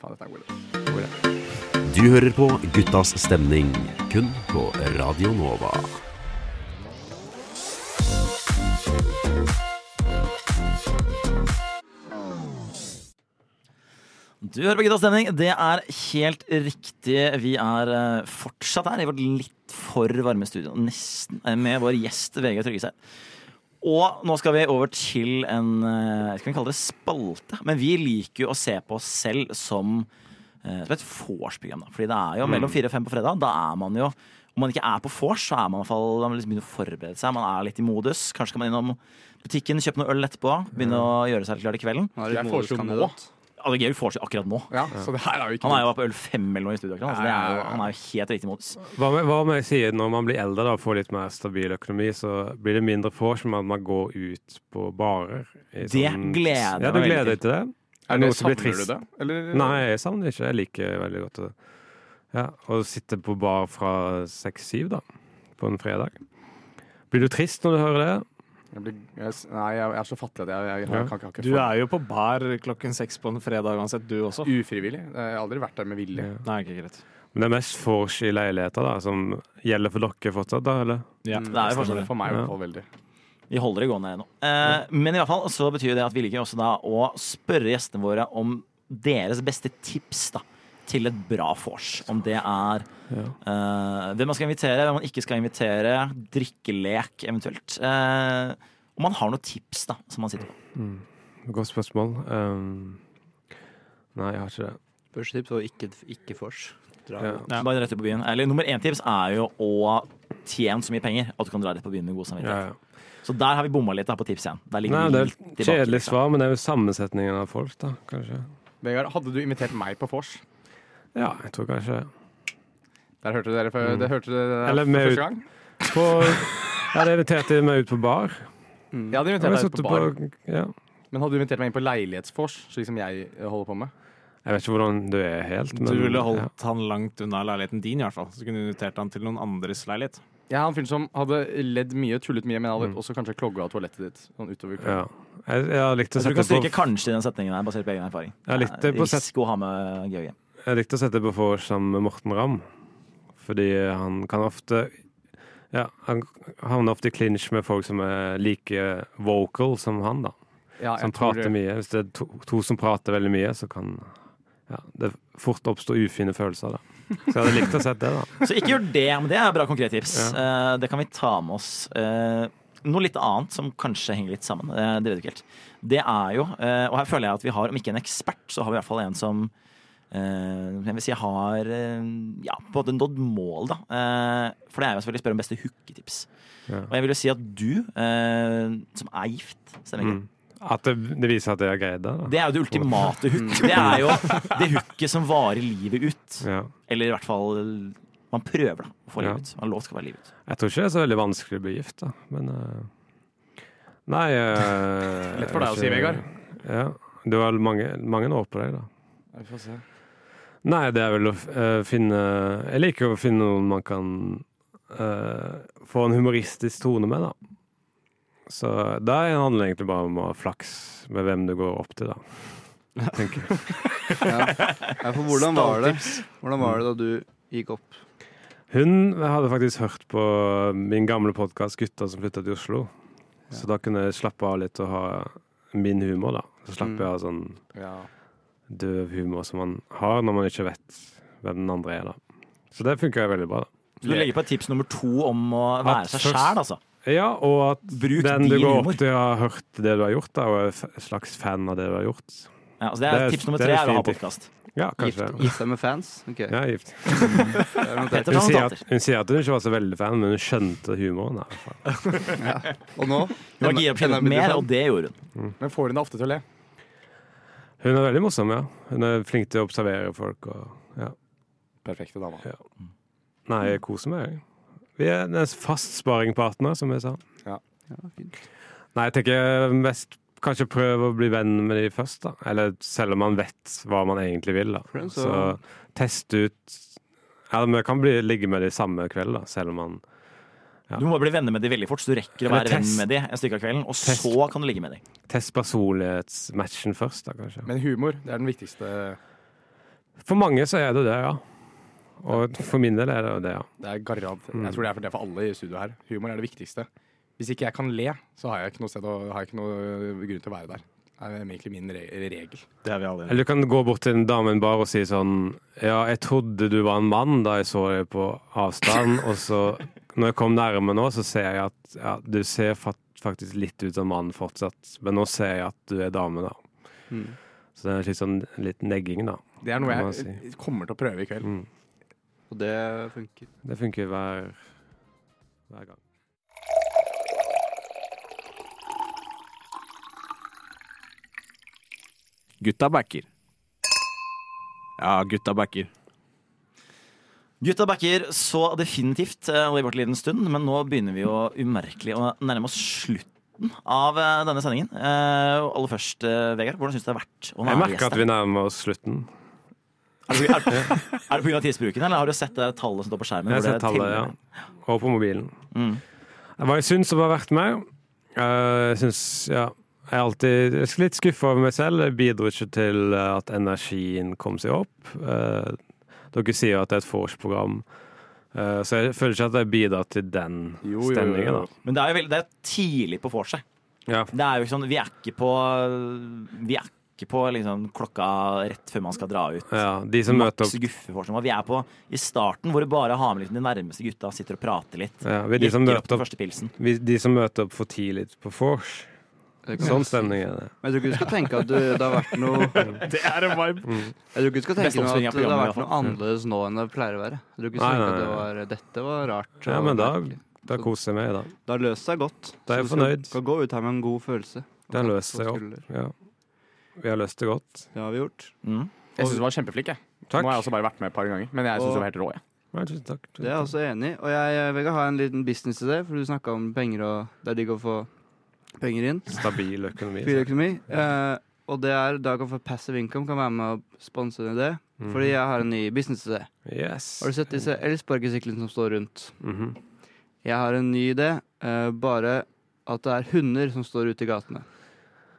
Faen, dette er god idé. Du hører på Guttas stemning, kun på Radio Nova. Du hører på Guttas stemning. Det er helt riktig. Vi er eh, fortsatt her i vårt litt for varme studio, nesten, eh, med vår gjest VG Tryggeseid. Og nå skal vi over til en eh, skal vi kalle det spalte. Men vi liker jo å se på oss Mm. selv som, eh, som et vorspiel. da. Fordi det er jo mellom fire og fem på fredag. Da er man jo om man ikke er på vors, så er man i hvert fall man liksom begynner å forberede seg. Man er litt i modus. Kanskje skal man innom butikken, kjøpe noe øl etterpå. Begynne å gjøre seg litt klar til kvelden. Han er litt Jeg foreslo nå. moduskandidat. Mm. Ja, det er gøy vi får til akkurat nå. Ja, så det her er jo ikke Han er jo på øl fem eller noe i studio akkurat. nå, Så det er jo, han er jo helt riktig modus. Hva med, hva med jeg sier når man blir eldre da, og får litt mer stabil økonomi, så blir det mindre vors med at man går ut på barer. i sånn- Det gleder jeg ja, du meg veldig gleder deg til det. Er noe det, som blir savner du trist? det? Eller? Nei, jeg savner ikke. Jeg liker veldig godt det. Ja, Å sitte på bar fra seks-syv, da, på en fredag. Blir du trist når du hører det? Jeg blir, jeg, s- nei, jeg, jeg er så fattig at jeg, jeg, jeg, Ja. kan ikke- jeg, Du er jo på bar klokken seks på en fredag uansett, du også. ikke ufrivillig. Jeg har aldri vært der med vilje. Nei, ikke greit. Men det er mest vors i leiligheter, da, som gjelder for dere fortsatt, da, eller? Ja. Det er jo Stemmer fortsatt det For meg i Ja. hvert fall veldig. Vi holder det gående nå. Eh, men i hvert fall så betyr det at vi liker også da å spørre gjestene våre om deres beste tips da, til et bra vors. Om det er eh, hvem man skal invitere, hvem man ikke skal invitere, drikkelek eventuelt. Eh, om man har noen tips da, som man sitter på. Godt spørsmål. Um, nei, jeg har ikke det. Første tips var ikke, ikke vors. Dra. Ja. Så Bare rett ut på byen. Eller nummer én tips er jo å tjene så mye penger at du kan dra rett på byen med god Ja, samvittighet. ja. Så der har vi bomma litt da, på tips igjen. Der Nei, ligger det vi er litt et tilbake. liksom. kjedelig svar, men det er jo sammensetningen av folk, da, kanskje. Vegard, hadde du invitert meg på vors? Ja, jeg tror kanskje det. Der hørte dere før, det hørte dere Mm. Eller for med ut- første gang? På, ja, det inviterte meg ut på bar. Jeg hadde Jeg, invitert har deg ut sittet på bar. på, ja. Men hadde du invitert meg inn på leilighetsvors, slik som jeg eh, holder på med? jeg vet ikke hvordan du er helt, men Du ville holdt han langt unna leiligheten din, i hvert fall. Så kunne du invitert han til noen andres leilighet. Jeg er han fyren som hadde ledd mye, tullet mye, men Mm. hadde også kanskje klogga toalettet ditt. Sånn utover ja. jeg, jeg har likt å Jeg tror du sette kan stryke på, kanskje i den setningen her, basert på egen erfaring. Ja, litt, eh, på sett- Risiko å ha med Georgie. jeg likte å sette på for sammen med Morten Ramm, fordi han kan ofte ja, Han havner ofte i clinch med folk som er like vocal som han, da. Ja, jeg Som tror- prater mye. Hvis det er to, to som prater veldig mye, så kan ja, det fort oppstå ufine følelser, da. Så jeg hadde likt å sett det, da. Så ikke gjør det, men det er bra konkret tips. Eh, det kan vi ta med oss. Eh, noe litt annet som kanskje henger litt sammen, eh, det vet du ikke helt. Det er jo, eh, og her føler jeg at vi har, om ikke en ekspert, så har vi i hvert fall en som eh, jeg vil si jeg har eh, ja, på en måte nådd mål, da. Eh, for det er jo selvfølgelig å spørre om beste hooketips. Ja. Og jeg vil jo si at du, eh, som er gift, stemmer ikke? Mm. At det, det viser at jeg har greid det. da. Det er jo det Mm. ultimate hook. Det er jo det hooket som varer livet ut. Ja. Eller i hvert fall man prøver da, å få Ja. livet ut. Man har lov til å være livet ut. Jeg tror ikke det er så veldig vanskelig å bli gift, da. Men eh, Nei eh, Lett for deg å si, ikke- Vegard. Ja. Du har mange, mange år på deg, da. Ja, Vi får se. Nei, det er vel å f- eh, finne Jeg liker å finne noen man kan eh, få en humoristisk tone med, da. Så det handler det egentlig bare om å ha flaks med hvem du går opp til, da. Tenker jeg. Ja, for hvordan var det Hvordan var det da du gikk opp? Hun hadde faktisk hørt på min gamle podkast 'Gutta som flytta til Oslo'. Så da kunne jeg slappe av litt og ha min humor, da. Så slapp Mm. jeg av sånn Ja. døv humor som man har når man ikke vet hvem den andre er, da. Så det funka jo veldig bra, da. Så du legger på et tips nummer to om å være At seg først- sjæl, altså. Ja, og at Bruk den du din går humor. opp til har hørt det du har gjort, da, og er f- slags fan av det du har gjort. Ja, altså det er Det er- tips nummer det er tre et er å ha fint tips. podkast. Ja, Gift, kanskje. gift deg med fans? Ok. Ja, gift. det er notert. Petter Hun tar sier, at, notater. hun sier at hun ikke var så veldig fan, men hun skjønte humoren. Da. Og Hun nå? var gira på å finne ut mer, og det gjorde hun. Men får hun det ofte til å le? Hun er veldig morsom, ja. Hun er flink til å observere folk. Og, ja. Perfekte dama. Nei, jeg koser meg. jeg. Vi er en fast sparingpartner, som jeg sa. Ja, fint. Nei, jeg tenker mest kanskje prøv å bli venn med de først, da. Eller selv om man vet hva man egentlig vil, da. Prøv, Så så- test ut Ja, men jeg kan bli, ligge med de samme kveld, da, selv om man Ja. Du må bare bli venner med de veldig fort, så du rekker å Eller være venn test. med de en stykke av kvelden. Og Test. så kan du ligge med de. Test personlighetsmatchen først, da, kanskje. Men humor, det er den viktigste. For mange så er det det, ja. Og for min del er det jo det, ja. Det er garant. Mm. Jeg tror det er for, det er for alle i studio her. Humor er det viktigste. Hvis ikke jeg kan le, så har jeg ikke noe, sted å, har jeg ikke noe øh, grunn til å være der. Det er egentlig min re regel. Det er vi alle enige om. Eller du kan gå bort til en dame i en bar og si sånn Ja, jeg trodde du var en mann da jeg så deg på avstand, og så Når jeg kom nærme nå, så ser jeg at ja, du ser fa- faktisk litt ut som mann fortsatt, men nå ser jeg at du er dame, da. Mm. Så det er litt sånn litt negging, da. Det er noe Kan man jeg kommer til å prøve i kveld. Mm. Og det funker. Det funker hver, hver gang. Gutta backer. Ja, gutta backer. Gutta backer så definitivt, eh, og det har vært en liten stund, men nå begynner vi jo umerkelig å nærme oss slutten av eh, denne sendingen. Eh, og aller først, eh, Vegard, hvordan syns du det har vært å Jeg være merker gjest at her? vi nærmer oss slutten. Er det på- er det- er det pga. tidsbruken, eller har du sett det tallet som står på skjermen? Jeg har hvor sett det tallet, ja. teller? Og på mobilen. Mm. Hva jeg syns om å ha vært med eh, Jeg syns, ja Jeg er alltid jeg er litt skuffa over meg selv. Jeg bidro ikke til eh, at energien kom seg opp. Eh, dere sier jo at det er et vorsprogram, eh, så jeg føler ikke at jeg bidrar til den Jo, jo, jo, stemningen. jo. Men det er jo veldig, det er tidlig på vorset. Da. Ja. Det er jo ikke sånn, vi er ikke på Vi er ikke på liksom klokka rett før man skal dra ut. ja. De som møter Maks opp guffeforskning. Og Vi er på i starten, hvor det bare har med liksom de nærmeste gutta, sitter og prater litt. ja, vi er de som Drikker opp møter den opp første pilsen. Vi, de som møter opp for tidlig på vors. Sånn stemning er det. Men jeg tror ikke du skal tenke at du, det har vært noe Jeg Det er en vibe. tror ikke du skal Beste tenke noe oppsummering av at det programmet, har vært noe annerledes nå enn det pleier å være. Jeg tror ikke du skal Nei, tenke at nei, det var, dette var rart. Ja, og men da, merkelig. da koser jeg meg, da. Det har løst seg godt. Da Så er jeg du skal- fornøyd. Skal gå ut her med en god følelse. Det har løst seg På opp. skulder. Ja. Vi har løst det godt. Det har vi gjort. Mm. Jeg syns du var kjempeflink. jeg Nå Takk. har jeg også bare vært med et par ganger. Men jeg syns du var helt rå. jeg Nei, tusen takk. Det er altså jeg også enig i. Og jeg Vegard, har en liten business til deg, for du snakka om penger, og det er digg å få penger inn. Stabil økonomi. Fyre økonomi. Eh, og det er da kan få passive income kan være med å sponse en idé. Mm. Mhm. Fordi jeg har en ny business til deg. Mm. Yes. Har du sett disse elsparkesyklene som står rundt? Mhm. Jeg har en ny idé, eh, bare at det er hunder som står ute i gatene.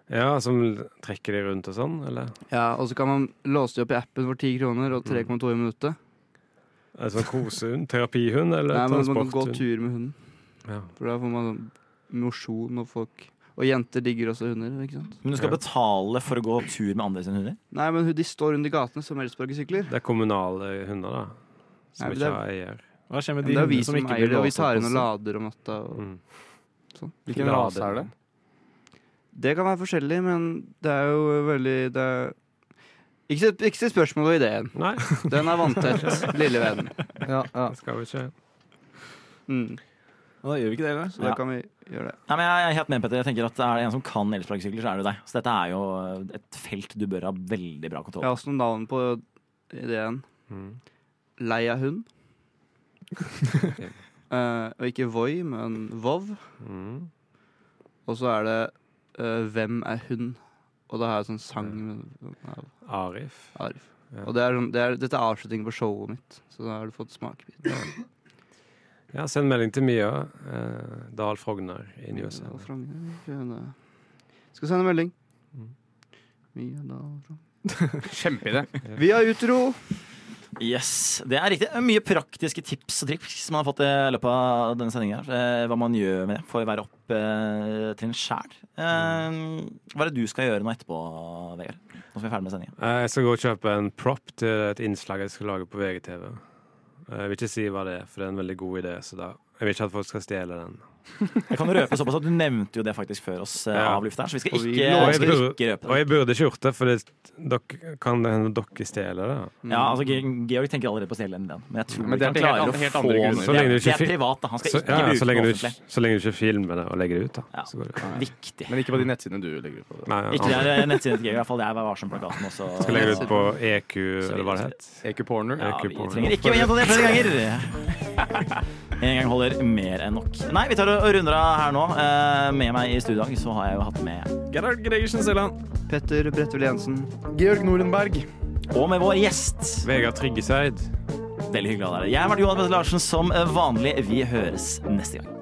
Ja, som l- trekker de rundt og sånn, eller? Ja, Og så kan man låse de opp i appen for 10 kroner Mm. og 3,2 i minuttet. En sånn kosehund? Terapihund eller Nei, men man kan gå transporthund? tur med hunden, Ja. for da får man sånn mosjon og folk Og jenter digger også hunder, ikke sant? Men du skal Ja. betale for å gå tur med andre sine hunder? Nei, men de står rundt i gatene som elsparkesykler. Det er kommunale hunder, da. Nei, Som men ikke det er- har eier. Hva skjer med Men de det er vi hundene som som ikke eier blir det, og vi låst opp? tar inn og også? lader om natta. Og sånn. Mm. Hvilken Lader. rase er det? det kan være forskjellig, men det er jo veldig det er ikke, se- ikke still spørsmål ved ideen. Nei, Den er vanntett, lille venn. Ja, ja. det skal vi ikke. Mm. Da gjør vi ikke det, eller? Så da Ja. kan vi gjøre det. Nei, men jeg er helt med, Petter. Jeg tenker at Er det en som kan elsparkesykler, så er det deg. Så dette er jo et felt du bør ha veldig bra kontroll Jeg har på. også noen navn på ideen. Mm. Lei av hund. Eh, og ikke Voi, men Vov. Mm. Og så er det eh, Hvem er hun? Og da har jeg sånn sang med- av Arif. Arif. Ja. Og det er, sånn- det er, dette er avslutningen på showet mitt, så da har du fått smakebit. Ja, send melding til Mia eh, Dahl Frogner i New Mia Dahl Zealand. Frogner, Fjøne. Skal sende melding. Mm. Mia Dahl Frogner. Kjempeidé. Vi har utro! Yes, det er riktig. Mye praktiske tips og triks man har fått i løpet av denne sendingen. her. Eh, Hva man gjør med det for å være opp eh, til en sjæl. Eh, hva er det du skal gjøre nå etterpå, Vegard? Nå som vi er ferdig med sendingen. Eh, Jeg skal gå og kjøpe en prop til et innslag jeg skal lage på VGTV. Eh, Jeg vil ikke si hva det er, for det er en veldig god idé. Så da. Jeg vil ikke at folk skal stjele den. Jeg kan røpe såpass at Du nevnte jo det faktisk før oss eh, Ja. av lufta her, så vi skal Og vi ikke, lover- vi skal ikke røpe Og det. jeg burde ikke gjort det, for det, dere, kan det hende dere stjeler det? Ja, altså, Ge- Georg tenker allerede på å stjele den ideen, men jeg tror Men det ikke han er helt- klarer å helt få andre grunner. noe. Så lenge du Det ikke er fi- privat, da. Han skal Så, ikke ja, bruke så, lenge du, det ikke- offentlig. så lenge du ikke filmer det og legger det ut, da. Ja. Så går det. Viktig. Men ikke på de nettsidene du legger ut. på det. Nei, Ikke det er nettsiden til Georg, i hvert fall. Det er Vær varsom-plakaten også. skal legge det ut på EQ, eller hva det het. EQ Porner. Ja, vi Ikke på- trenger ikke å gjenta det flere ganger. En gang holder mer enn nok. Nei, vi tar og runder av her nå. Eh, Med meg i studio i dag så har jeg jo hatt med Gerhard Gregersen Seland. Petter Bredtvel Jensen. Georg Norenberg. Og med vår gjest. Vegard Tryggeseid. Veldig hyggelig å ha deg her. Jeg har vært Johan Petter Larsen som vanlig. Vi høres neste gang.